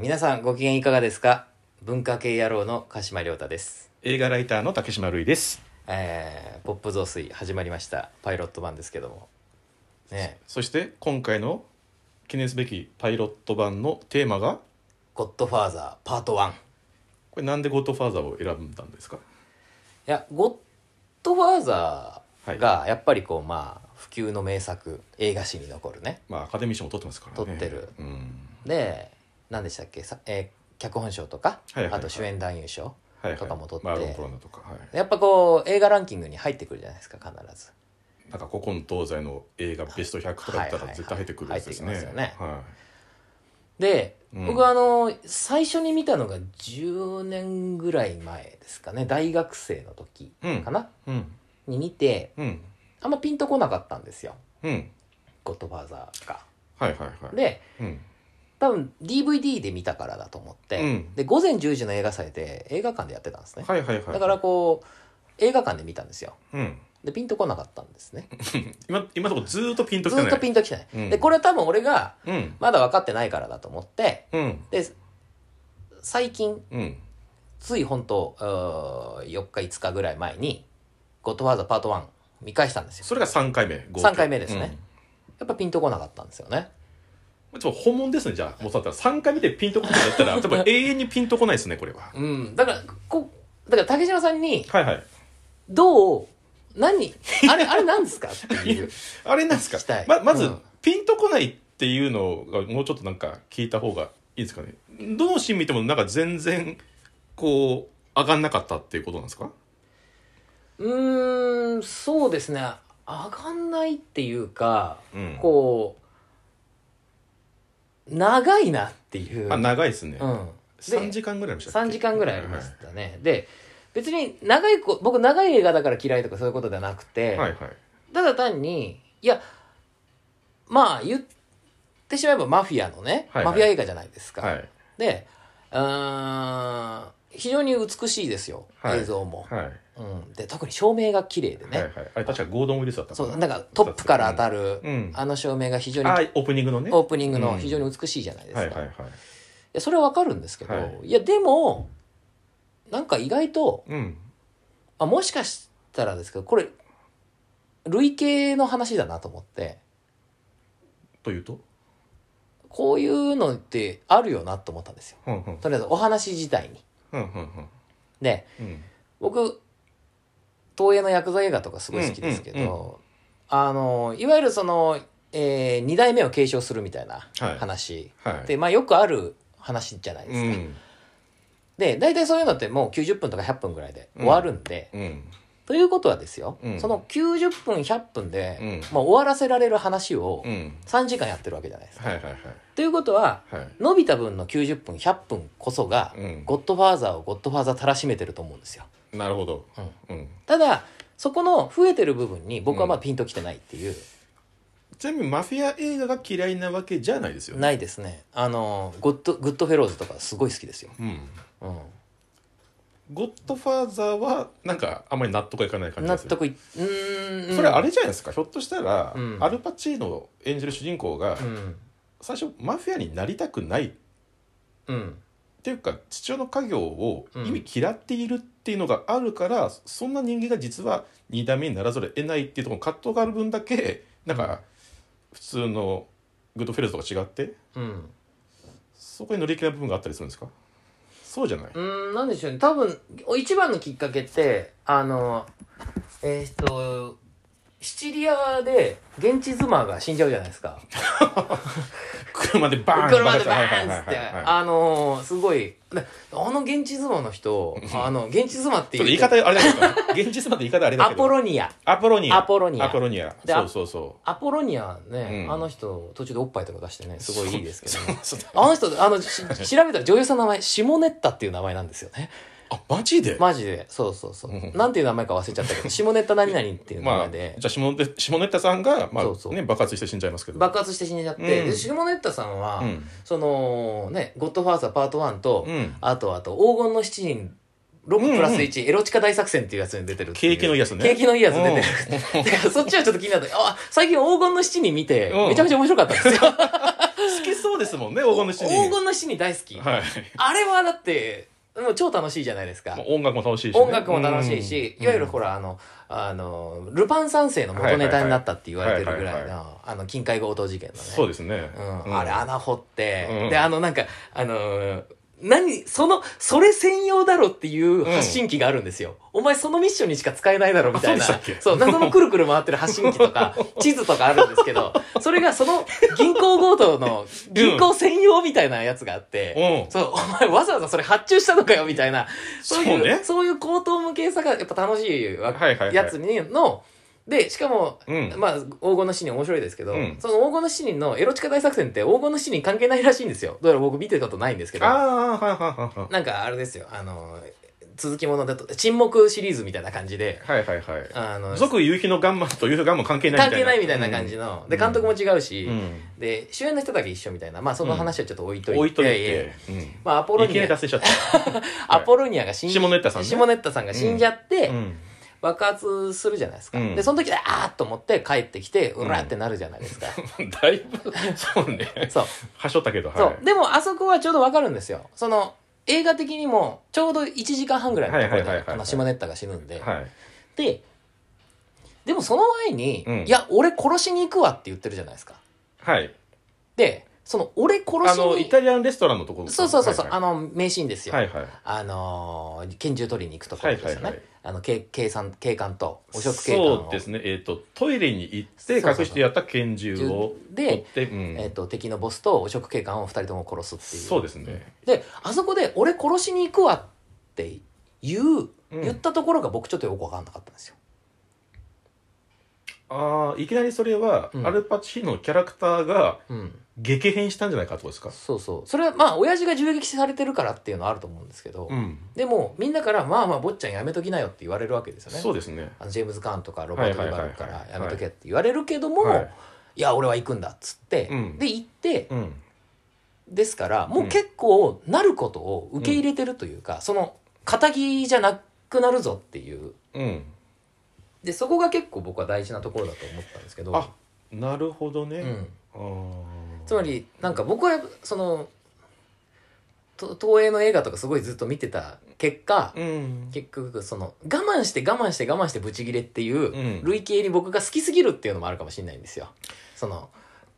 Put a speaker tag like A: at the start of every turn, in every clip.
A: 皆さんご機嫌いかがですか文化系野郎の鹿島亮太です、
B: 映画ライターの竹島るいです
A: えー、ポップ増水始まりましたパイロット版ですけどもねえ
B: そして今回の記念すべきパイロット版のテーマが
A: ゴッドファーザーパート1い
B: これなんで「ゴッドファーザー」を選んだんですか
A: やゴッドファーザーがやっぱりこうまあ不朽の名作映画史に残るね
B: まあアカデミー賞も取ってますからね
A: 取ってる
B: うん
A: で何でしたっけさ、えー脚本賞とか、
B: はいはいはい
A: あと主演男優賞
B: はいはい
A: とかも取って
B: まあアーロン・ブランドとか、はい、
A: やっぱこう映画ランキングに入ってくるじゃないですか必ず
B: なんか古今東西の映画ベスト100とかだったら絶対入ってくるやつですね
A: はいはいはい入ってき
B: は
A: で、
B: うん
A: 僕はあの最初に見たのが10年ぐらい前ですかね大学生の時
B: い
A: かな、
B: うんうん
A: に見て
B: うん
A: あんまピンとこなかったんですよ
B: うん
A: 「ゴッドファーザー」が。
B: はいはいはい
A: で
B: うん
A: 多分 DVD で見たからだと思って、
B: うん
A: で午前10時の映画祭で映画館でやってたんですね、
B: はいはいはい
A: だからこう映画館で見たんですよ
B: うん
A: でピンとこなかったんですね
B: 今今のところずーっとピンとき
A: ず
B: てない
A: ーっとピンときてない、
B: うん
A: でこれは多分俺が
B: うん
A: まだ分かってないからだと思って
B: うん
A: で最近
B: うん
A: つい本当うー4日5日ぐらい前に「ゴッドファーザーパート1」見返したんですよ
B: それが3回目合計
A: 3回目ですね、やっぱピンとこなかったんですよね
B: うんちょっと本物ですねじゃあもうそうだったら3回見てピンとこないんだった ら多分永遠にピンとこないですねこれは
A: うんだからこだから竹島さんに
B: はいはい
A: 「どう何あれあれなんですか?」っていう
B: あれなんです
A: 聞きた
B: か
A: い
B: ままず、
A: うん
B: ピンとこないっていうのがもうちょっとなんか聞いた方がいいですかねどのシーン見てもなんか全然こう上がんなかったっていうことなんですか
A: うーんそうですね上がんないっていうか
B: うん
A: こう長いなっていう
B: あ長いですね、
A: うんで
B: 3時間ぐらいありましたっけ
A: 3時間ぐらいありましたね。で、別に長いこ、僕長い映画だから嫌いとかそういうことじゃなくて、
B: はいはい
A: ただ単に、いや、まあ言ってしまえばマフィアのね、
B: はいはい
A: マフィア映画じゃないですか。
B: はいはい
A: で、うーん、非常に美しいですよ、
B: はい
A: 映像も、
B: はい、
A: うん。で、特に照明が綺麗でね、
B: はいはいあれ確かゴードン・ウィルスだったか
A: そ
B: な
A: う、なんかトップから当たる、
B: うん
A: あの照明が非常に
B: あオープニングのね
A: オープニング
B: う
A: の
B: ん
A: 非常に美しいじゃないですか。
B: はいはいはい
A: いやそれはわかるんですけど、、
B: はい
A: やでもなんか意外と、
B: うん
A: あ、もしかしたらですけどこれ累計の話だなと思って
B: というと
A: こういうのってあるよなと思ったんですよ
B: うんうん
A: とりあえずお話自体に
B: うんうんうん
A: で
B: うん
A: 僕東映のヤクザ映画とかすごい好きですけど、
B: うんうん
A: あのいわゆるその、え2代目を継承するみたいな
B: はい
A: 話
B: はい
A: で、まあよくある話じゃないで
B: う
A: すか、
B: ん
A: で大体そういうのってもう90分とか100分ぐらいで終わるんで、
B: うん
A: ということはですよ、
B: うん
A: その90分100分で、
B: うん
A: まあ、終わらせられる話を
B: うん
A: 3時間やってるわけじゃないですか。
B: はいはいはい
A: ということは
B: はい
A: 伸びた分の90分100分こそが、
B: うん
A: ゴッドファーザーをゴッドファーザーたらしめてると思うんですよ。
B: なるほど。うん。
A: ただそこの増えてる部分に僕はまあピンときてないっていう、
B: ちなみにマフィア映画が嫌いなわけじゃないですよね。
A: ないですねあのゴッドグッドフェローズとかすごい好きですよ、
B: うん。
A: うん
B: ゴッドファーザーはなんかあんまり納得いかない感じ
A: 納
B: がする。
A: 得いっうーん
B: それあれじゃないですか。ひょっとしたら、
A: うん
B: アルパチーノ演じる主人公が
A: うん
B: 最初マフィアになりたくないっ
A: うん
B: ていうか父親の家業を
A: うん
B: 意味嫌っているっていうのがあるから、そんな人間が実は二代目にならざるを得ないっていうところの葛藤がある分だけなんか普通のグッドフェルズとか違って
A: うん
B: そこに乗り切れない部分があったりするんですかそうじゃない、
A: うーん、なんでしょうね。多分、一番のきっかけって、あの、えーっと、シチリアで現地妻が死んじゃうじゃないですか。
B: 車でバーン
A: 車でバ
B: は
A: ー
B: い
A: ン
B: は
A: っつっ
B: いはい
A: て、
B: はい
A: あのーすごい、なあの現地妻の人、あの、現地妻って
B: ちょっと言
A: い
B: いう
A: と、
B: 方あれだけど現実まで言い方あれだ
A: ア
B: けど
A: ポロニア。
B: アポロニア
A: アポロニア
B: アポロニア
A: で
B: そうそうそ
A: アポロニアね、
B: うん
A: あの人、途中でおっぱいとか出してね、
B: う
A: すごいいいですけど、ね。
B: そうそう
A: あの人、あの、し調べたら女優さんの名前、シモネッタっていう名前なんですよね。
B: あマジでま
A: マジで。そうそうそうう。
B: ん
A: なんていう名前か忘れちゃったけど、シモネッタ何々っていう名
B: あ
A: 前
B: じ
A: で
B: ゃ。あ下ネ下ネタさんが、まあ
A: そうそう
B: ね、爆発して死んじゃいますけど
A: 爆発して死んじゃって、
B: うん
A: でシモネッタさんは、
B: うん
A: そのね「ゴッドファーザーパート1と」
B: うん
A: あとあと「黄金の七人」6プラス1、エロチカ大作戦っていうやつに出てるっていう
B: 景気のいいやつね
A: 景気のいいやつ出て
B: う ん
A: る。だからそっちはちょっと気になった。あ、最近黄金の七人見て
B: う、ん
A: めちゃめちゃ面白かったんですよ。
B: 好きそうですもんね 黄金の七
A: 黄
B: 人
A: 金の七人大好き、
B: はい
A: あれはだってもう超楽しいじゃないですか
B: まあ音楽も楽しいしね、
A: 音楽も楽しいし、
B: うん
A: いわゆるほら、あの、あの、ルパン三世の元ネタになったって言われてるぐら
B: はい
A: い
B: はい
A: の、あの、近海強盗事件のね。
B: そうですね、
A: う、
B: うんん
A: あれ穴掘って、
B: うん
A: であのなんかあのー何そのそれ専用だろっていう発信機があるんですよ、お前そのミッションにしか使えないだろみたいな
B: あそうでしたっけ
A: う謎のくるくる回ってる発信機と か地図とかあるんですけどそれがその銀行強盗の銀行専用みたいなやつがあって、
B: うん
A: そうお前わざわざそれ発注したのかよみたいなそういう
B: そうね
A: そういう高等無形さがやっぱ楽しいわ
B: はいはいはい
A: やつにのでしかも
B: うん
A: まあ、黄金の七人面白いですけど、
B: うん
A: その黄金の七人のエロ地下大作戦って黄金の七人関係ないらしいんですよ。だから僕見てたことないんですけど、
B: ああはいはいは
A: なんかあれですよ、あの、続きものだと、沈黙シリーズみたいな感じで、
B: いはいはいはい
A: あの、
B: 俗夕日のガンマンと夕日のガンマン関係ない
A: 関
B: みたい
A: 係
B: な
A: ないみたいな感じの、で、監督も違うし、
B: うん、
A: で、主演の人だけ一緒みたいな、まあその話はちょっと置いと
B: う
A: い
B: ん
A: て、
B: 置いとい
A: やや
B: て、うん
A: まあアポロ
B: い
A: ニ
B: きな
A: ア
B: り、達成しちゃった、
A: アポロニアが死ん
B: 下ネタさんね
A: 下ネタさんが死んじゃって、
B: うん
A: 爆発するじゃないですか。
B: うん
A: で、その時、あーっと思って帰ってきて、
B: ん
A: うらってなるじゃないです か。
B: だいぶ、そうね。
A: そう。
B: はしょったけど、はい。
A: そう。でも、あそこはちょうどわかるんですよ。その、映画的にも、ちょうど1時間半ぐらいのところ
B: はいはいはい
A: で
B: は、
A: あ
B: いはい
A: の、シマネッタが死ぬんで。
B: はい。
A: で、でもその前に、
B: うん
A: いや、俺殺しに行くわって言ってるじゃないですか。
B: はい。
A: で、その、俺殺
B: あ
A: し
B: の、
A: に
B: イタリアンレストランのところ
A: そうそうそうそう、
B: は
A: あの、名シーンです
B: い
A: よ。
B: はい。はいはい
A: あのー拳銃取りに行くところですよね。
B: はいはいはい
A: あの、警警官、警官と、汚職警官を。
B: そうですね。えっと、トイレに行って、
A: そうそうそう
B: 隠してやった拳銃を
A: で
B: 取って、うん
A: えっ、と、敵のボスと汚職警官を2人とも殺すっていう。
B: そうですね。
A: であそこで「俺殺しに行くわ」って言う
B: うん
A: 言ったところが僕ちょっとよく分かんなかったんですよ、
B: ああ、いきなりそれは
A: う、ん
B: アルパチーノのキャラクターが
A: うん、
B: 激変したんじゃないかってことですか
A: そうそうそれはまあ親父が銃撃されてるからっていうのはあると思うんですけど、
B: うん。
A: でもみんなから「まあまあ坊ちゃんやめときなよ」って言われるわけですよね
B: そうですね。
A: あのジェームズ・カーンとかロバート・
B: は
A: デ
B: いは
A: バ
B: いはい
A: ル
B: はい
A: から「やめとけ」って言われるけども「
B: はい
A: い、や俺は行くんだ」っつって、
B: うん
A: で行って
B: うん。
A: ですからもううん結構なることを受け入れてるというか、その仇じゃなくなるぞっていう
B: うん。
A: でそこが結構僕は大事なところだと思ったんですけど
B: あ、なるほどね。
A: うん、
B: あー
A: つま、りなんか僕はそのと東映の映画とかすごいずっと見てた結果、
B: うん。
A: 結局その我慢して我慢して我慢してブチギレっていう
B: うん
A: 類型に僕が好きすぎるっていうのもあるかもしれないんですよその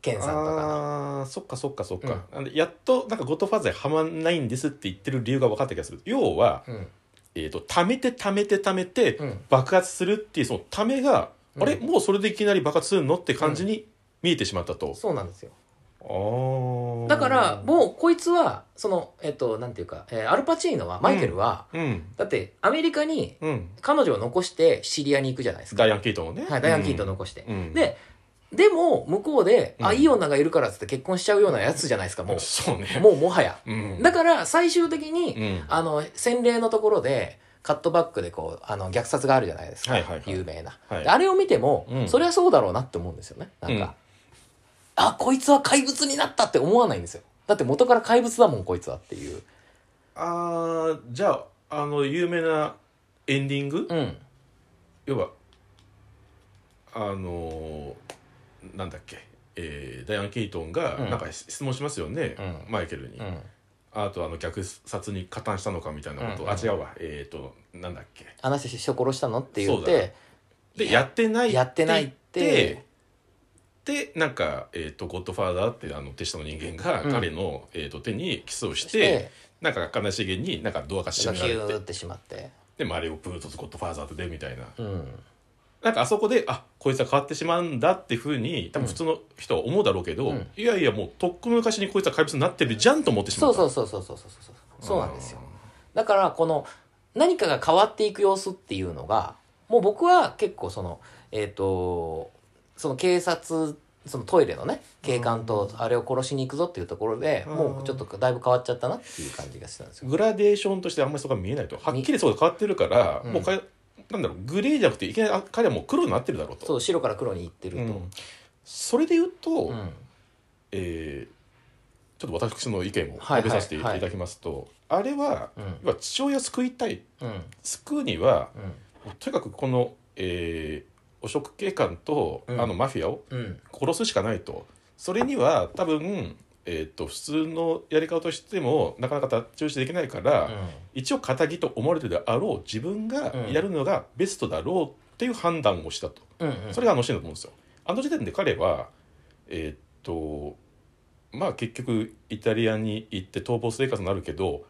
A: ケンさんとかの。
B: ああーそっかそっかそっか、あのやっとなんかゴッドファーザーにはまんないんですって言ってる理由が分かった気がする要は、
A: うん
B: えー、と貯めて貯めて貯めて
A: うん
B: 爆発するっていうそのためが、
A: うん
B: あれもうそれでいきなり爆発するのって感じに見えてしまったと、
A: そうなんですよ
B: ああ
A: だからもうこいつはそのえっとなんていうか、えーアルパチーノはマイケルは、
B: ううん
A: だってアメリカに
B: うん
A: 彼女を残してシリアに行くじゃないですか、
B: ダイアン・キートンをね、
A: はい、ダイアン・キートン残して、
B: うん、うん、
A: で、でも、向こうで、あ、
B: うん
A: いい女がいるからっつって結婚しちゃうようなやつじゃないですか、もう。
B: そうね
A: もうもはや。
B: うん
A: だから、最終的
B: う
A: に、
B: ん
A: あの、洗礼のところで、カットバックでこう、あの、虐殺があるじゃないですか。
B: はいはいはい
A: 有名な、
B: はい
A: であれを見ても、
B: うん
A: そりゃそうだろうなって思うんですよね。なんか、
B: うん
A: あ、こいつは怪物になったって思わないんですよ。だって元から怪物だもん、こいつはっていう。
B: ああじゃああの有名なエンディング、
A: うん。
B: 要はあのーなんだっけ、えーダイアン・ケイトンが
A: うん
B: なんか質問しますよね、
A: う
B: マイケルに、
A: うん。
B: あとあの虐殺に加担したのかみたいなこと、
A: うん
B: あ違うわえっ、となんだっけ
A: あの人人殺したのって言っ
B: そうだ
A: て、
B: でやってない
A: やってないって
B: 言でなんか、えーと「ゴッドファーザー」ってあの手下の人間が
A: うん
B: 彼の、えー、と手にキスをし、
A: して
B: なんか悲しげになんかドアが閉
A: キ
B: められ
A: ューっててしまって。
B: でマリオプートとゴッドファーザーとでみたいな
A: うん。
B: なんかあそこであこいつは変わってしまうんだっていうふうに多分普通の人は思うだろうけど、
A: うん
B: いやいやもうとっくの昔にこいつは怪物になってるじゃんと思ってしま
A: そう
B: った
A: そうそうそうそうそうそうそうなんですよだからこの何かが変わっていく様子っていうのがもう僕は結構そのえっ、とその警察そのトイレのね警官とあれを殺しに行くぞっていうところで
B: うん
A: もうちょっとだいぶ変わっちゃったなっていう感じがしたんですよ
B: グラデーションとしてあんまりそこが見えないとはっきりそこが変わってるから、
A: うん
B: もうかなんだろうグレーじゃなくていきなりあ彼はもう黒になってるだろうと
A: そう白から黒に行ってる
B: う
A: と
B: んそれで言うと、
A: うん
B: えーちょっと私の意見を
A: はいはい
B: 述べさせていただきますと、あれは
A: うん
B: 要は父親を救いたい
A: うん
B: 救うには
A: うん
B: とにかくこの、えー汚職警官と、
A: うん
B: あのマフィアを
A: うん
B: 殺すしかないとそれには多分えー、と普通のやり方としてもなかなか太刀打ちできないから、一応仇と思われてるであろう自分が
A: うん
B: やるのがベストだろうっていう判断をしたと、
A: うんうん
B: それがあのシーンだと思うんですよ。あの時点で彼はえーっとまあ結局イタリアに行って逃亡生活になるけど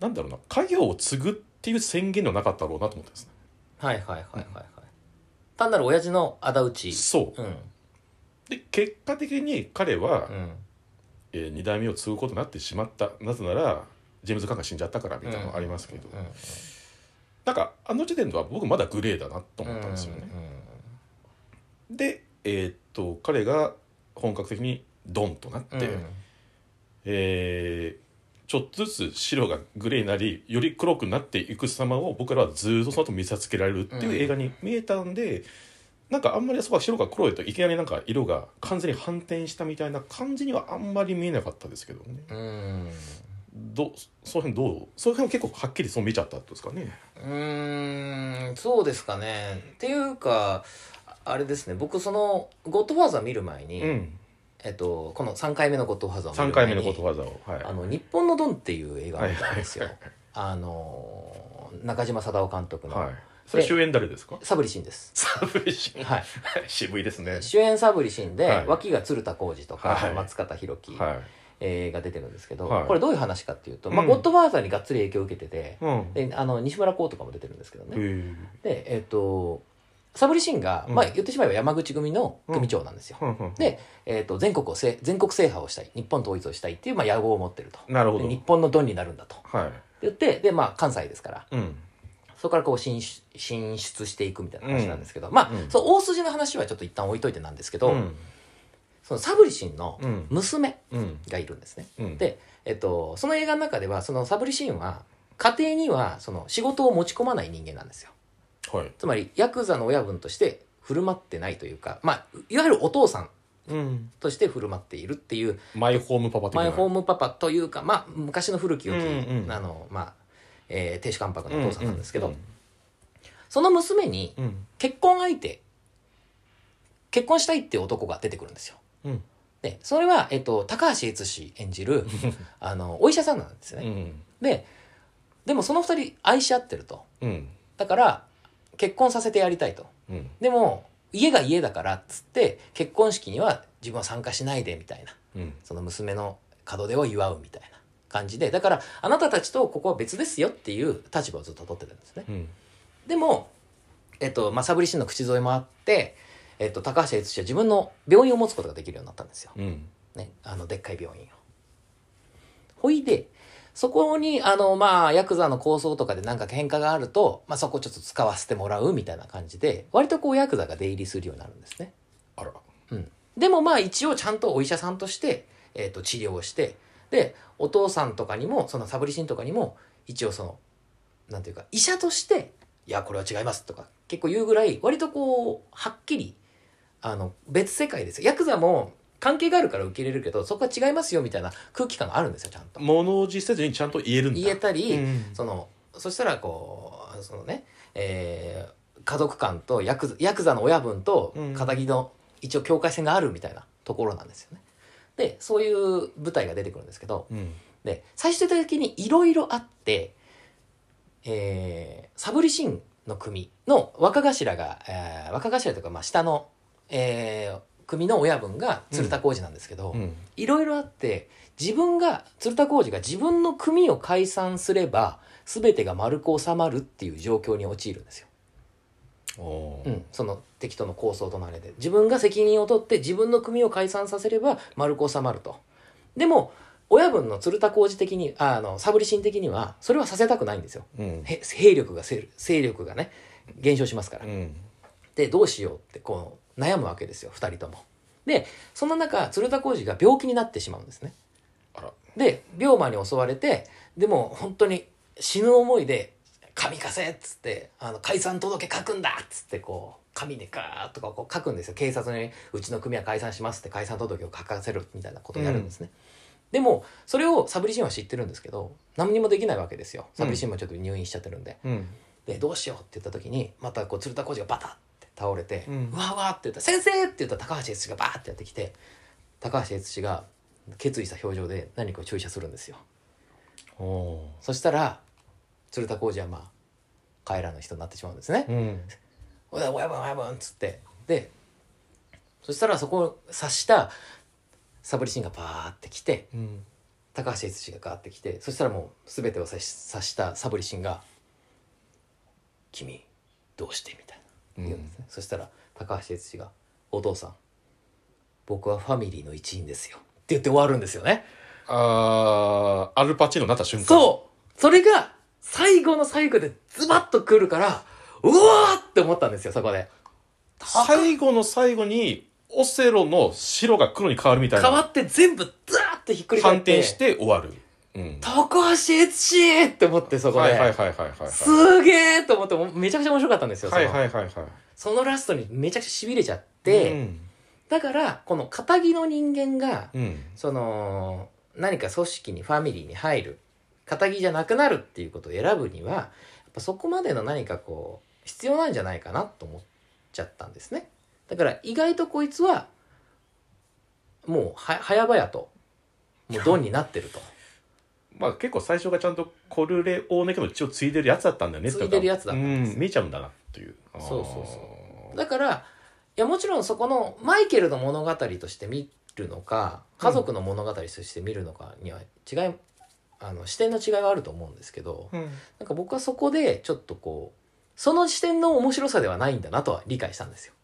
B: なんだろうな家業を継ぐっていう宣言ではなかったろうなと思ったんですね。
A: はいはいはいはいはい単なる親父の仇討ち
B: そ
A: うん
B: うで結果的に彼は、
A: うん
B: え2代目を継ぐことになってしまったなぜならジェームズ・カンが死んじゃったからみたいなのがありますけど、
A: うん
B: なんかあの時点では僕まだグレーだなと思ったんですよね。で、えーっと彼が本格的にドンとなって、
A: うんうん
B: えーちょっとずつ白がグレーになりより黒くなっていく様を僕らはずっとその後見さつけられるっていう映画に見えたんで、なんかあんまりそこは白が黒へといきなりなんか色が完全に反転したみたいな感じにはあんまり見えなかったですけどね
A: うん
B: どうその辺どうその辺は結構はっきりそう見ちゃったってことですかね。
A: うーんそうですかねっていうかああれですね僕その「ゴッドファーザー」見る前に、
B: うん、
A: えっと、この3回目の「ゴッドファーザー」を見る前
B: 3
A: に
B: 回目のことわざを、はい、
A: あの「日本のドン」っていう映画を見たんですよ
B: はい
A: あのー中島貞夫監督の、
B: はい、それ主演誰ですか
A: サブリシンです
B: 寒いし
A: はい
B: 渋いですね。
A: 主演サブリシンで、
B: はい
A: 脇が鶴田浩二とか、
B: はい
A: 松方弘樹、
B: は
A: えーが出てるんですけど、
B: はい
A: これどういう話かっていうと、まあ
B: うん
A: ゴッドファーザーにがっつり影響を受けてて
B: い。、うん。
A: であの西村浩とかも出てるんですけどね、
B: へ
A: でえっ、とサブリシンが、
B: うん
A: まあ、言ってしまえば山口組の組長なんですよ、
B: え。
A: でえっと全国をせ全国制覇をしたい日本統一をしたいっていう、まあ、野望を持ってると
B: なるほ
A: で
B: ど
A: 日。本のドンになるんだと
B: は
A: 言ってで、まあ、関西ですから
B: い。うん。
A: そこからこう進出進出していくみたいな話なんですけど、まあ、
B: うん
A: そう大筋の話はちょっと一旦置いといてなんですけど、
B: うん。
A: そのサブリシンの
B: うん。
A: 娘
B: うん。
A: がいるんですね、
B: うん。
A: で、えっと、その映画の中ではそのサブリシンは家庭にはその仕事を持ち込まない人間なんですよ
B: はい。
A: つまりヤクザの親分として振る舞ってないというか、まあ、いわゆるお父さん
B: うん。
A: として振る舞っているっていう
B: マイホームパパ的な
A: マイホームパパというか、まあ、昔の古き良き、
B: うんうん
A: あのまあえー亭主関白のお父さんなんですけど、
B: うん
A: その娘に
B: うん。
A: 結婚相手結婚したいっていう男が出てくるんですよ。
B: うん。
A: でそれは、えっと、高橋悦司演じ るあのお医者さんなんですよ
B: う
A: ね。
B: ん。
A: ででもその二人愛し合ってると
B: うん。
A: だから結婚させてやりたいと。
B: うん。
A: でも家が家だからっつって結婚式には自分は参加しないでみたいな
B: うん。
A: その娘の門出を祝うみたいな感じでだからあなたたちとここは別ですよっていう立場をずっと取ってたんですね
B: うん。
A: でも、えっとまあ、サブリシンの口添えもあって、えっと、高橋悦司は自分の病院を持つことができるようになったんですよ、
B: うん。
A: ね、あのでっかい病院をほいでそこにあのまあヤクザの構想とかでなんか喧嘩があると、まあ、そこちょっと使わせてもらうみたいな感じで割とこうヤクザが出入りするようになるんですね
B: あら。
A: うん、でもまあ一応ちゃんとお医者さんとして、えー、と治療をしてでお父さんとかにもそのサブリシンとかにも一応そのなんていうか医者として「いやこれは違います」とか結構言うぐらい割とこうはっきりあの別世界ですよヤクザも関係があるから受け入れるけどそこは違いますよみたいな空気感があるんですよちゃんと。
B: 物おじせずにちゃんと言えるんだ。
A: 言えたり、
B: うん
A: そのそしたらこうそのね、えー家族間とヤクザヤクザの親分と
B: うん
A: 仇の一応境界線があるみたいなところなんですよね。でそういう舞台が出てくるんですけど
B: うん。
A: で最終的にいろいろあって、えーサブリシンの組の若頭が、えー若頭というかまあ下の、えー組の親分が鶴田浩二なんですけど。
B: うん。
A: いろいろあって自分が鶴田浩二が自分の組を解散すれば全てが丸く収まるっていう状況に陥るんですよ、
B: お
A: う
B: ー
A: ん、その敵との構想とのあれで自分が責任を取って自分の組を解散させれば丸く収まるとでも親分の鶴田浩二的にああのサブリシン的にはそれはさせたくないんですよ
B: うん。
A: へ兵力がせ勢力がね減少しますから
B: うん。
A: でどうしようってこう悩むわけですよ2人ともでそんな中鶴田浩二が病気になってしまうんですね
B: あら。
A: で病魔に襲われてでも本当に死ぬ思いで「紙貸せ」っつってあの「解散届書くんだ」っつってこう紙でガーッとかこう書くんですよ警察に「うちの組は解散します」って解散届を書かせるみたいなことをやるんですね、でもそれをサブリシンは知ってるんですけど何にもできないわけですよサブリシンもちょっと入院しちゃってるんで、
B: うん。
A: でどうしようって言った時にまたこう鶴田浩二がバタって倒れて「う
B: うん
A: わうわ」って言ったら「先生!」って言ったら高橋悦司がバーってやってきて高橋悦司が決意した表情で何かを注射するんですよ
B: お
A: そしたら鶴田浩二はまあ帰らぬ人になってしまうんですね
B: ーうん
A: 「おやおやばんおやばん」っつってでそしたらそこを察したサブリシンがパーって来て
B: うん
A: 高橋悦司がガーって来てそしたらもう全てを察し察したサブリシンが「君どうして?」みたいな言うんですね、そしたら高橋悦司が「お父さん僕はファミリーの一員ですよ」って言って終わるんですよね。
B: あーアルパチーノになった瞬間
A: そうそれが最後の最後でズバッとくるからうわーって思ったんですよそこで。
B: 最後の最後にオセロの白が黒に変わるみたい
A: 変わ
B: な
A: って全部ザーってひっくり
B: 反
A: 返って
B: 転して終わる、うん、
A: 高橋悦司って思ってそこで、
B: はいはいはいはいはいはい
A: すげえと思ってもうめちゃくちゃ面白かったんですよ、
B: はい
A: その
B: はいはいはい
A: そのラストにめちゃくちゃしびれちゃって、
B: うん
A: だからこの片木の人間が、
B: うん
A: その何か組織にファミリーに入る片木じゃなくなるっていうことを選ぶにはやっぱそこまでの何かこう必要なんじゃないかなと思っちゃったんですねだから意外とこいつはもうは早々ともうドンになってると
B: まあ結構最初がちゃんとコルレオーネ家の血を継いでるやつだったんだよねってこ
A: 継
B: と
A: いでるやつだったんです
B: うん、見えちゃうんだなっていうそう
A: そうそうだからいやもちろんそこのマイケルの物語として見るのか家族の物語として見るのかには違い、あの視点の違いはあると思うんですけど、
B: うん
A: なんか僕はそこでちょっとこうその視点の面白さではないんだなとは理解したんですよ。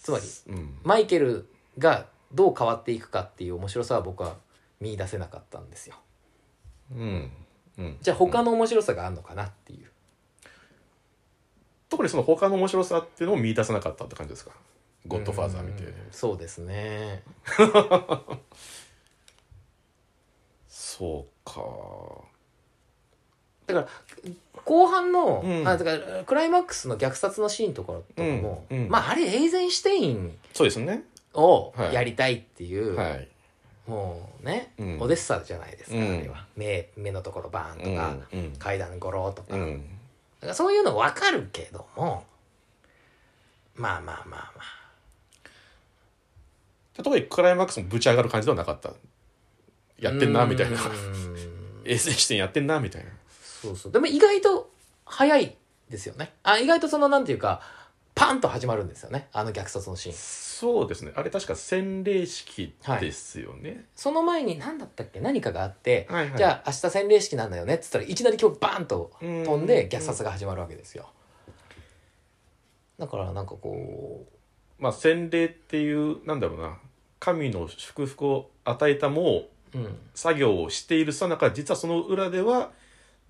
A: つまり
B: うん
A: マイケルがどう変わっていくかっていう面白さは僕は見出せなかったんですよ。
B: うんうん
A: じゃあ他の面白さがあるのかなっていう。
B: 特にその他の面白さっていうのを見出せなかったって感じですかゴッドファーザー見て
A: うんそうですね。
B: そうか
A: だから後半の、
B: うん
A: あだからクライマックスの虐殺のシーンとかとかも、
B: うんうん
A: まああれエイゼンシュテイン
B: そうですね
A: を
B: はい
A: やりたいっていう、
B: はい
A: もうね、
B: うん
A: オデッサじゃないですか、
B: う
A: あ
B: ん
A: れは目目のところバーンとか、
B: うん
A: 階段ゴローとか,、
B: う
A: だ
B: ん
A: からそういうの分かるけどもまあまあまあまあ
B: 特にクライマックスもぶち上がる感じではなかったやってんなみたいな
A: うーん
B: 衛星視点やってんなみたいな
A: そうそうでも意外と早いですよねあ意外とそのなんていうかパンと始まるんですよねあの虐殺のシーン
B: そうですねあれ確か洗礼式ですよね、
A: その前に何だったっけ何かがあって、
B: はいはい
A: じゃあ明日洗礼式なんだよねっつったらいきなり今日バーンと
B: うん
A: 飛んで虐殺が始まるわけですよだからなんかこ
B: まあ洗礼っていうなんだろうな神の祝福を与えたもう
A: ううん
B: 作業をしているさなか実はその裏では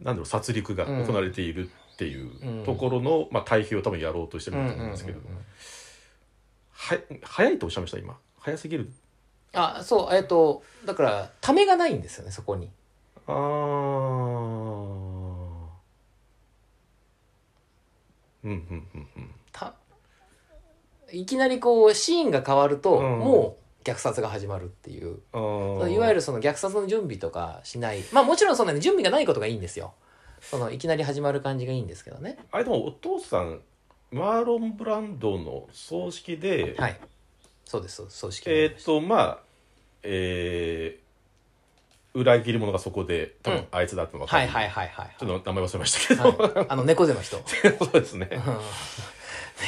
B: なんだろう殺戮が行われているっていううんところの、まあ、対比を多分やろうとしてるんだと思うんですけれども、はい早いとおっしゃいました今早すぎる
A: あそうえっとだからためがないんですよねそこに
B: あーうんうんうんうん
A: たいきなりこうシーンが変わると、
B: うん
A: もう虐殺が始まるっていう
B: あ
A: その
B: ー
A: いわゆるその虐殺の準備とかしないまあもちろんそんなに準備がないことがいいんですよそのいきなり始まる感じがいいんですけどね
B: あれでもお父さんマーロン・ブランドの葬式で、
A: はいそうですそうです葬式の
B: えーっとまあえー裏切り者がそこで多
A: うん
B: 分あいつだって分か
A: はい
B: る、
A: はいはいはい
B: ちょっと名前忘れましたけど、
A: はい、あの猫背の 人
B: そうですね。
A: うん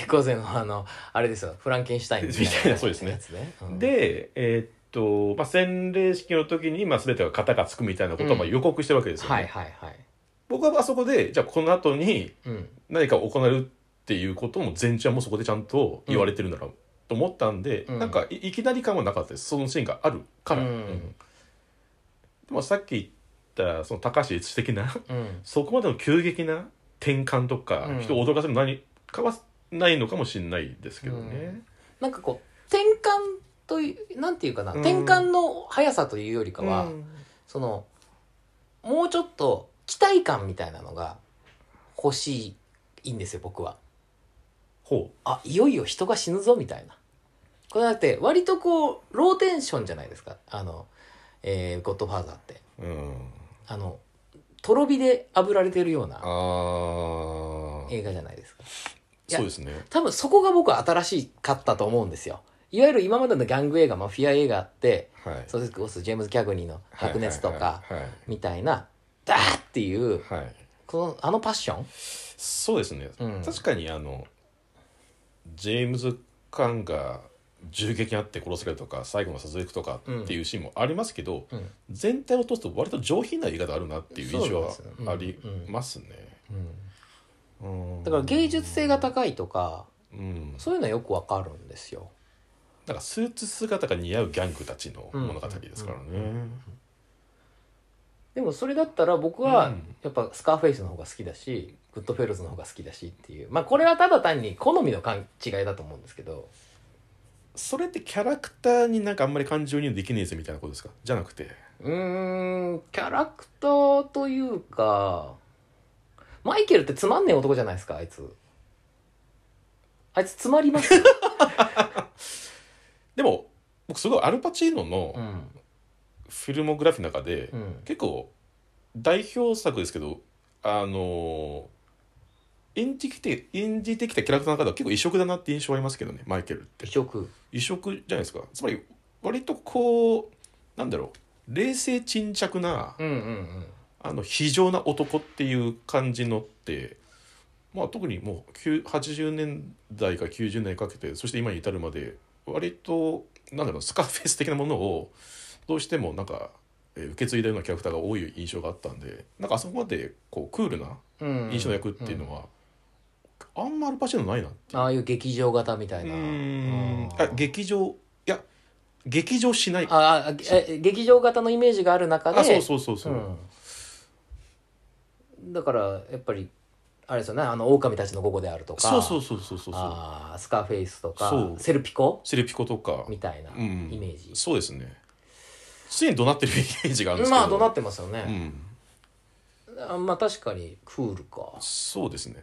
A: 猫背のあのあれですよフランケンシュタイン
B: みたいなそうですね
A: やつね、うん
B: で、えーっと、まあ、洗礼式の時に、まあ、全てが型がつくみたいなことをまあ
A: うん
B: 予告してるわけですよね。
A: はいはいはい
B: 僕はあそこで、じゃあこの後に
A: うん
B: 何か行われるっていうことも前日はもうそこでちゃんと言われてるんだろうと思ったんで、
A: うん
B: なんかいいきなり感はなかったです。そのシーンがあるから。
A: うん
B: うんでもさっき言った、その高橋一的な、
A: うん
B: そこまでの急激な転換とか、
A: うん
B: 人を驚かせる何かはないのかもしれないですけどね。
A: なんかこう転換というなんていうかな、
B: うん
A: 転換の速さというよりかは、
B: うん
A: そのもうちょっと期待感みたいなのが欲しいんですよ僕は
B: ほう。
A: あいよいよ人が死ぬぞみたいなこれだって割とこうローテンションじゃないですかあの、えーゴッドファーザー」って
B: うん
A: あのとろ火で炙られてるような
B: ああ
A: 映画じゃないですか
B: そうですね
A: 多分そこが僕は新しかったと思うんですよいわゆる今までのギャング映画マフィア映画って
B: はい
A: それこそジェームズ・キャグニーの「白熱」とか
B: はいはい
A: みたいなダーっていう
B: はいはい
A: このあのパッション
B: そうですね、
A: うん
B: 確かにあのジェームズ・カンが銃撃にあって殺されるとか最後の殺戮とかっていうシーンもありますけど、
A: うん
B: 全体を通すと割と上品な映画であるなっていう印象は
A: そうですね
B: ありますね。うん
A: だから芸術性が高いとか
B: うん、
A: そういうのはよくわかるんですよ
B: なんかスーツ姿が似合うギャングたちの物語ですからね。
A: でもそれだったら僕は
B: うん
A: やっぱスカーフェイスの方が好きだしグッドフェルズの方が好きだしっていうまあこれはただ単に好みの勘違いだと思うんですけど
B: それってキャラクターになんかあんまり感情移入できねえぜみたいなことですかじゃなくて。
A: うーんキャラクターというかマイケルってつまんねえ男じゃないですかあいつあいつつまり ますよ、
B: でも僕すごいアルパチーノの
A: うん
B: フィルモグラフィーの中で、
A: うん、
B: 結構代表作ですけどあのー演じてきて演じてきたキャラクターの中では結構異色だなって印象ありますけどねマイケルって
A: 異色
B: 異色じゃないですかつまり割とこうなんだろう冷静沈着な
A: うんうんうん
B: あの非常な男っていう感じのってまあ特にもう9 80年代から90年にかけてそして今に至るまで割となんだろうスカーフェイス的なものをどうしてもなんか、えー受け継いだようなキャラクターが多い印象があったんでなんかあそこまでこうクールな
A: うん
B: 印象の役っていうのは、あんまアルパチーノないなっていう。
A: ああいう劇場型みたいうな
B: ーん
A: あ
B: あ劇場いや劇場しないあ
A: ああえ劇場型のイメージがある中で
B: そうそうそうそう、
A: うん、だからやっぱりあれですよねあの狼たちの午後であるとか
B: そうそうそうそうそうそう
A: あースカーフェイスと
B: そ
A: か
B: う
A: セルピコ
B: セレピコとか
A: みたいなイ
B: うん
A: メージ、
B: そうですね常に怒鳴ってるイメージがあるんですけど
A: まあ怒鳴ってますよ
B: う
A: ね、
B: ん
A: あまあ確かにクールか
B: そうですね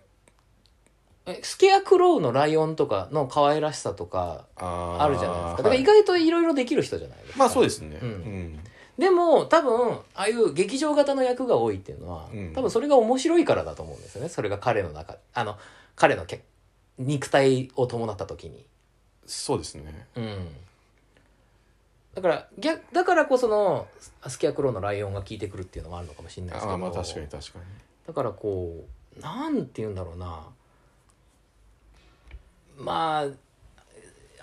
A: えスケアクロウのライオンとかの可愛らしさとか
B: あー
A: あるじゃないですかだか
B: は
A: ら
B: い
A: 意外といろいろできる人じゃないですか、
B: まあそうですね
A: う
B: うんん
A: でも多分ああいう劇場型の役が多いっていうのは、
B: うん
A: 多分それが面白いからだと思うんですよねそれが彼の中あの彼のけ肉体を伴った時に、
B: そうですね
A: うん、だから逆だからこそのスキャクローのライオンが効いてくるっていうのもあるのかもしれないですけ
B: あ
A: ど
B: あまあ確かに確かに
A: だからこうなんて言うんだろうなまあ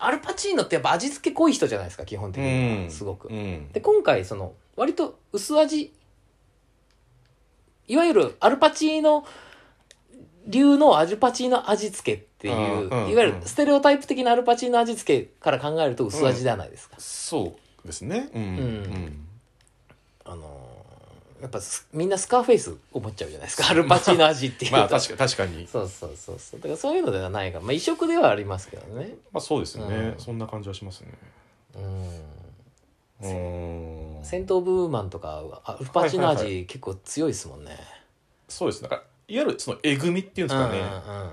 A: アルパチーノってやっぱ味付け濃い人じゃないですか基本的には、
B: うん
A: すごく。
B: うん
A: で今回その割と薄味いわゆるアルパチーノ流のアルパチーノ味付けっていう、
B: うんうん
A: いわゆるステレオタイプ的なアルパチーノ味付けから考えると薄味じゃないですか、
B: そうですねうん
A: うん
B: うん
A: あのーやっぱすみんなスカーフェイス思っちゃうじゃないですかアルパチーノ味っていうと、
B: まあ確か確かに
A: そうそうそうそうだからそういうのではないが、まあ、異色ではありますけどね
B: まあそうですね
A: うん
B: そんな感じはしますね
A: うん
B: うーん
A: 戦闘ブーマンとかアルパチーノ味結構強いですもんね、
B: そうですなんかいわゆるそのえぐみっていうんですかね
A: うんうんうん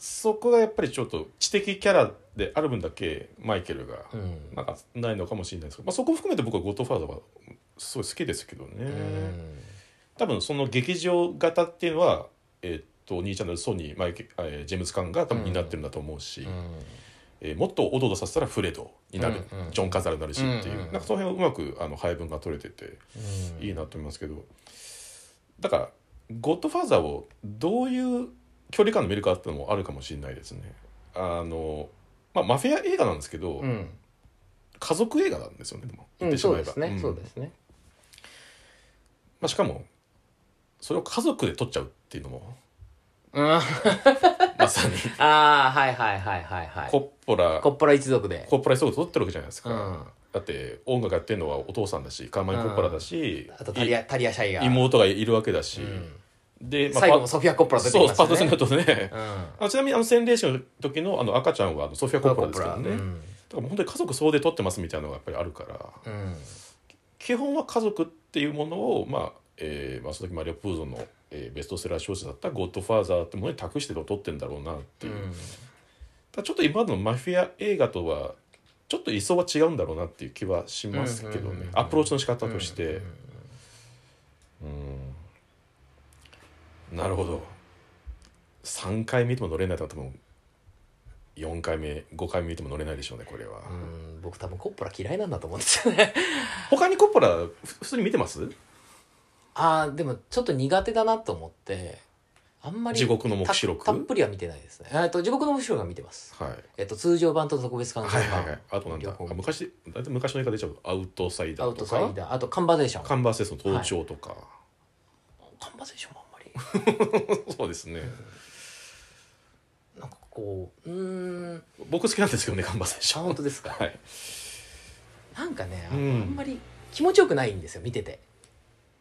B: そこがやっぱりちょっと知的キャラである分だけマイケルが
A: うんうん
B: なんかないのかもしれないですけど、まあ、そこ含めて僕は「ゴッドファーザー」はすごい好きですけどね、
A: うん
B: 多分その劇場型っていうのは、えーっとお兄ちゃんのソニーマイケ、えージェームズ・カンが多分になってるんだと思うし、えーもっとおどおどさせたらフレドになる、
A: うんうん
B: ジョン・カザルになるしっていう、
A: うんうん
B: なんかその辺はうまくあの配分が取れてて
A: うん
B: いいなと思いますけどだから「ゴッドファーザー」をどういう距離感で見るかっていうのもあるかもしれないですね。あのまあ、マフィア映画なんですけど、
A: うん
B: 家族映画なんですよねでも
A: う
B: 言っ
A: ん、
B: てし
A: そう
B: まえ
A: で
B: ば
A: すね、
B: うん
A: そうですね
B: まあ、しかもそれを家族で撮っちゃうっていうのも
A: あ
B: まさに
A: あーはいはいはいはいはい
B: コッポラ
A: コッ
B: コ
A: ポラ一族で
B: ッポラ一族で撮ってるわけじゃないですか、
A: うん
B: だって音楽やってるのはお父さんだしカーマイン・コッポラだし、
A: あとタリアタリアシャイが
B: い妹がいるわけだし、
A: うん
B: で、
A: 最後も
B: パ
A: ソフィア・コッポラ出て
B: そ
A: き
B: う
A: まし
B: パ
A: た
B: ート2にな
A: ね
B: るとね、
A: うん
B: あちなみにあの洗礼式の時のあの赤ちゃんはあのソフィア・コッポラですからね、
A: う
B: だ
A: ん
B: からもう本当に家族総出で撮ってますみたいなのがやっぱりあるから
A: うん
B: 基本は家族っていうものを、まあえーまあ、その時マリオ・プーゾの、えーベストセラー小説だった「ゴッドファーザー」ってものに託して撮ってんだろうなっていう、ただちょっと今までのマフィア映画とはちょっと理想は違うんだろうなっていう気はしますけど
A: うんうんうん
B: ね
A: うん
B: アプローチの仕方としてうんなるほど3回見ても乗れないとは多分4回目5回目見ても乗れないでしょうねこれは、
A: うん僕多分コッポラ嫌いなんだと思うんですよね
B: 他にコッポラふ普通に見てます
A: ああでもちょっと苦手だなと思ってあんまり
B: 地獄の黙示録
A: たたっぷりは見てないですねえっと地獄の黙示録は見てます
B: はい
A: えっと通常版と特別感想
B: は
A: 版、
B: いはいはいあとなんだ
A: 旅行
B: あ昔大体昔の映画出ちゃうアウトサイダ
A: ア
B: ー
A: ウ
B: と
A: トサイ
B: か
A: ダーあとカンバゼーション
B: カンバーセスの登頂とか、
A: カンバゼーションもあんまり
B: そうですね
A: なんかこううーん
B: 僕好きなんですけどねカンバーセス
A: あ本当ですか
B: はい
A: なんかねあ,、
B: うん
A: ん、まり気持ちよくないんですよ見てて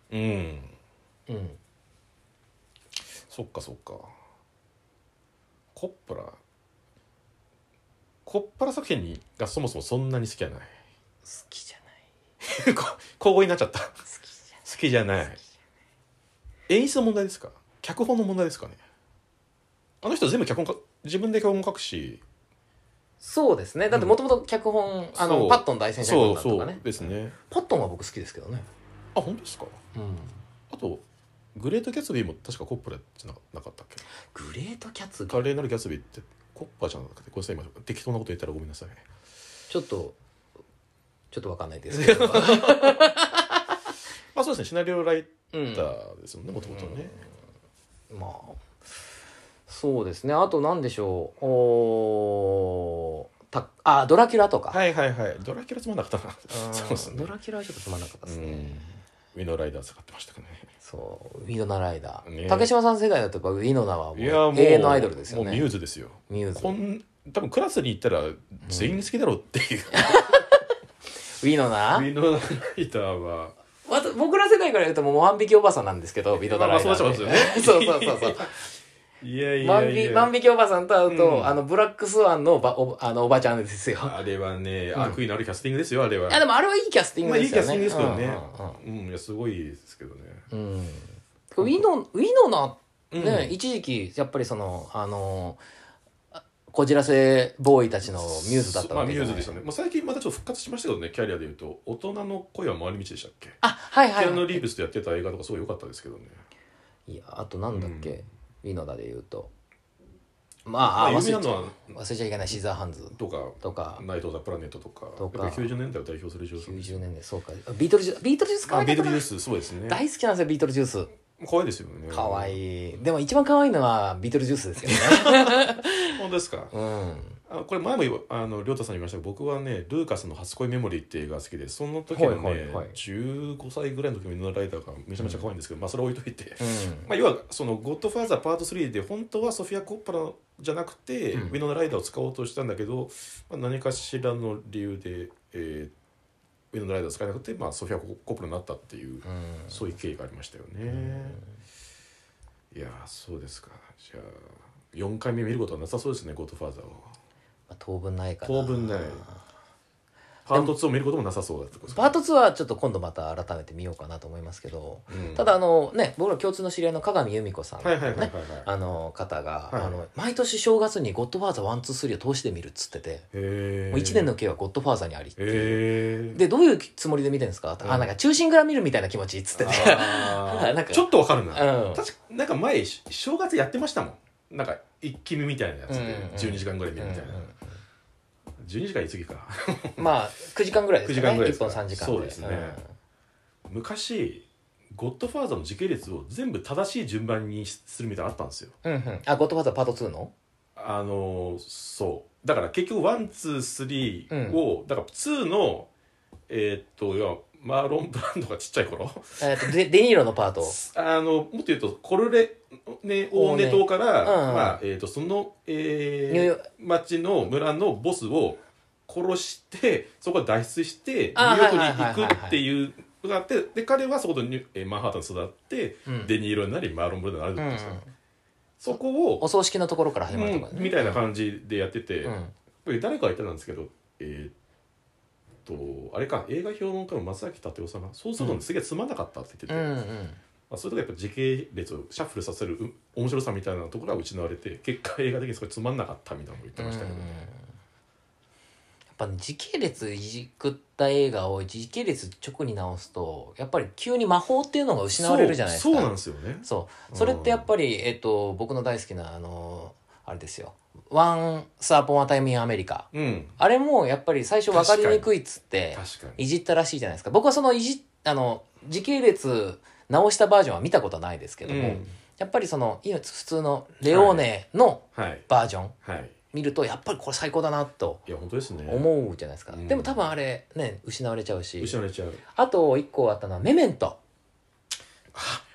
B: うん
A: うん
B: そっかそっかコッポラコッポラ作品にがそもそもそんなに好きじゃない
A: 好きじゃない
B: こ口語になっちゃった
A: 好きじゃ
B: 好きじゃな
A: ない、
B: い
A: 好きじ
B: 演出の問題ですか脚本の問題ですかねあの人全部脚本か自分で脚本書くし
A: そうですねだってもともと脚本、あ
B: そ
A: の
B: う
A: パットン大先生
B: そ
A: の
B: う
A: だと
B: そ
A: か
B: う
A: ね
B: ですね
A: パットンは僕好きですけどね
B: あ本当ですか
A: うん
B: あとグレート・ギャツビーも確かコッポラじゃなかったっけ
A: グレートキャッツ
B: 華麗なるギャツビーってコッパじゃなくてごめんなさい今適当なこと言ったらごめんなさい
A: ちょっとちょっとわかんないですけ ど
B: まあそうですねシナリオライ
A: うん
B: ターですよねもともとね
A: まあそうですねあと何でしょうおーたあドラキュラとか、
B: はいはいはいドラキュラつまんなかったな
A: うん
B: そうですね
A: ドラキュラはちょっとつまんなかった
B: う
A: ですね、
B: んウィノライダー使ってましたかね
A: そうウィノナライダー、
B: ね
A: 竹島さん世代だとやっぱウィノナはもう
B: いやもう
A: 永遠のアイドルですよ
B: も
A: ね
B: うミューズですよ
A: ミューズ
B: こん多分クラスに行ったら全員好きだろうっていう、
A: ウィノナ
B: ミノライターは
A: わた僕ら世代から言うともう万引きおばさんなんですけどウィノナライダーって、
B: まあまあそうなっちゃいま す
A: そうそうそ
B: よね
A: うそう
B: いやい
A: 万
B: やい
A: 引
B: や
A: 万引きおばさんと会うと、
B: うん
A: あのブラックスワンのおばおあのおばちゃんですよ
B: あれはね、悪意のあるキャスティングですよあれは
A: あでもあれはいいキャスティン
B: ま
A: グ
B: あ
A: で
B: いい
A: す
B: キャ
A: よね
B: スティングですけどね
A: うんうんうん
B: うん、いやすごいですけどね
A: うん、ウィノウィノナね、
B: う
A: 一時期やっぱりそのあのあこじらせボーイたちのミューズだった
B: まあ
A: わ
B: ミ
A: け
B: ュ
A: じゃ
B: ー
A: ない
B: ズでしたね、まあ、最近またちょっと復活しましたけどねキャリアでいうと大人の恋は回り道でしたっけ
A: あはいはい
B: キア
A: は
B: ヌ・
A: い
B: リーブスとやってた映画とかすごい良かったですけどね
A: いやあとなんだっけ、ウィノナで言うとま
B: ま
A: あ
B: あ
A: あ
B: 有
A: 忘れ
B: 名
A: ちゃ
B: なのは
A: 忘れちゃいけないシザーハンズ
B: とか
A: とか
B: ナイト・オブザ・プラネットとか
A: とか
B: やっぱり90年代を代表する女優さんです
A: 90年代そうかビートルジュースビートルジュース可
B: まあ
A: 愛か
B: ベ
A: っ
B: イド
A: た
B: リ
A: な
B: ュースそうですね
A: 大好きなんですよビートルジュース
B: 可愛いですよね
A: 可愛いでも一番可愛いのはビートルジュースです けどね
B: 本当ですか
A: うん
B: あこれ前も言わあの亮太さんに言いましたけど僕はねルーカスの「初恋メモリー」って映画好きでその時のね、
A: はいはいはい
B: 15歳ぐらいの時のミノライダーがめちゃめちゃ可愛いんですけど、まあそれは置いといて、
A: うん
B: まあ、要はその「ゴッドファーザーパート3」で本当はソフィア・コッパラじゃなくて、
A: うん
B: ウィノナ・ライダーを使おうとしたんだけど、まあ、何かしらの理由で、えーウィノナ・ライダーを使えなくて、まあ、ソフィア・コッパラになったっていう、
A: うん
B: そういう経緯がありましたよね。いやーそうですかじゃあ4回目見ることはなさそうですね「ゴッドファーザー」を。
A: まあ当分ないかな
B: 当分ないパート2を見ることもなさそうだってことですか
A: パート2はちょっと今度また改めて見ようかなと思いますけど、
B: うん
A: ただあのね僕ら共通の知り合いの鏡由美子さん、
B: はいはいはいはいはい
A: あの方が、
B: はい
A: あの毎年正月に「ゴッドファーザー123」を通して見るっつってて、
B: へえ
A: もう1年の刑は「ゴッドファーザー」にありっていう、
B: へえ
A: でどういうつもりで見てるんですか、
B: うん
A: あなんか忠臣蔵見るみたいな気持ちっつってて
B: あ
A: なん
B: ー
A: か
B: ちょっとわかるな
A: うん
B: 確かなんか前し正月やってましたもんなんか一気見みたいなやつで
A: うんうん
B: 12時間ぐらい見るみたい
A: う
B: な
A: んうん
B: 12時間言い過ぎか
A: まあ9時間ぐらいですか
B: 9時間
A: ね
B: ぐらい
A: 1
B: ですか
A: 本3時間
B: そうですね昔ゴッドファーザーの時系列を全部正しい順番にするみたいなのあったんですよ
A: うんうんうんあゴッドファーザーパート2の
B: あのーそうだから結局ワンツースリーを、だからツーのえーっと要はマーロン・ブランドがちっちゃい頃
A: えーとデデニーロのパート
B: あのもっと言うとコルレね
A: オ
B: オ
A: ー
B: ー
A: ネ
B: ネ島から、
A: うんうん
B: まあえー、とその、えー
A: ニューヨー
B: 町の村のボスを殺してそこから脱出してニュ
A: あ
B: ーヨークに
A: はいはいはいはい
B: 行くっていうのがあってで彼はそことニュ、えーマンハッタンで育って、
A: うん
B: デニーロになりマーロン・ブランドに
A: う
B: なる
A: ん
B: んですよ、そこを
A: お、葬式のところから始まるとか
B: うんみたいな感じでやってて、
A: う
B: やっ
A: ん
B: ぱり誰かが言ってたんですけどえーっとあれか映画評論家の松崎達夫さんがそうするのすげえつまんなかったって言ってて、
A: うんうん
B: まあ、それとかやっぱ時系列をシャッフルさせるう面白さみたいなところは失われて結果映画的にすごいつまんなかったみたいなのを言ってましたけど
A: うんや
B: ね
A: っぱね時系列いじくった映画を時系列直に直すとやっぱり急に魔法っていうのが失われるじゃないですか
B: そうそうなんですよね
A: そうそれってやっぱり、えっと僕の大好きなあのあれですよ「ワンサーポンアタイムインアメリカ
B: うん」
A: あれもやっぱり最初分かりにくいっつって
B: 確かに
A: いじったらしいじゃないですか僕はそのいじあの時系列直したバージョンは見たことはないですけども、
B: うん
A: やっぱりその今普通のレオーネの
B: はい
A: バージョン
B: はい
A: 見るとやっぱりこれ最高だなと
B: いや本当ですね
A: 思うじゃないですか、
B: うん
A: でも多分あれね失われちゃうし
B: 失われちゃう
A: あと1個あったのは「メメント」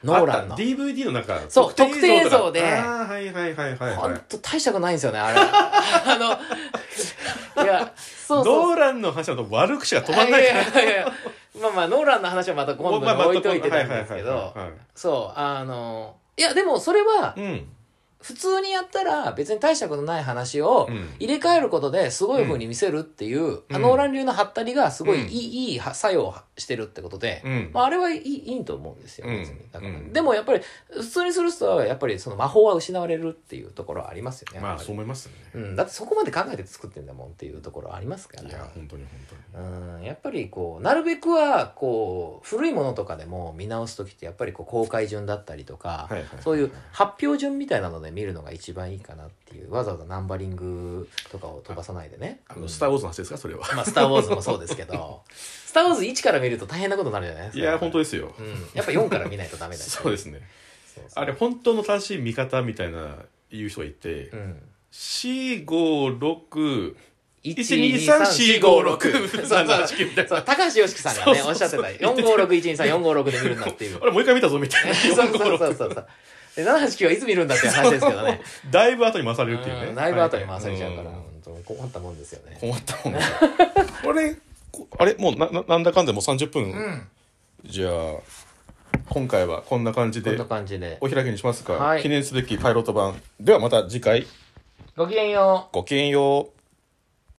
A: ノーランの
B: あった DVD の中
A: そう
B: とか
A: 特定映像で
B: あーはいはいはいはい
A: ほ
B: は
A: ん
B: い
A: と大したことないんですよね あれあのいやそうそう
B: ノーランの話だと悪口が止まんない
A: い
B: か
A: やいや
B: ら
A: いやいやまあまあノーランの話はまた今度に置いといてたんですけどそうあのいやでもそれは
B: うん
A: 普通にやったら別に大したことない話を
B: うん
A: 入れ替えることですごい風に見せるっていう、あノーラン流のハったりがすごいいい,、
B: うん
A: いい作用をしてるってことで、
B: うん
A: まあ、あれはいいいいと思うんですよ
B: うん
A: 別にだから、
B: うん
A: でもやっぱり普通にするとやっぱりその魔法は失われるっていうところはありますよね、
B: ま
A: やっ
B: あ
A: ぱり
B: そう思いますね
A: うん、だってそこまで考えて作ってんだもんっていうところはありますから
B: いや本当に本当に
A: うんやっぱりこうなるべくはこう古いものとかでも見直す時ってやっぱりこう公開順だったりとか、
B: はいはいはい
A: そういう発表順みたいなので見るのが一番いいかなっていうわざわざナンバリングとかを飛ばさないでね
B: あのスター・ウォーズの話ですかそれは
A: まあ、スター・ウォーズもそうですけど 「スター・ウォーズ」1から見ると大変なことになるじゃないです
B: い
A: か
B: や本当
A: に、
B: ですよ
A: うん、やっぱ4から見ないとダメだし
B: そうですね
A: そうそう
B: あれ本当の正しい見方みたいな言う人がいて
A: うん
B: 456123456789
A: そうそうそう
B: みたいな
A: 高橋良樹さんがね
B: そうそうそう
A: おっしゃってた45612345 6で見るんだって いう
B: あれもう一回見たぞみたいな
A: そう そうそうそうそうで789はいつ見るんだっていう話ですけどね
B: だいぶ後に回されるっていう
A: う
B: ね
A: んだいぶ後に回されちゃうから、
B: ん
A: 本当に困ったもんですよね。
B: 困ったもんねあれこあれもうなななんだかんだもう30分、
A: うん、
B: じゃあ今回はこんな感じ
A: こん
B: で
A: な感じで
B: お。開きにしますか、
A: はい
B: 記念すべきパイロット版ではまた次回
A: ごきげんよう。
B: ごきげんよう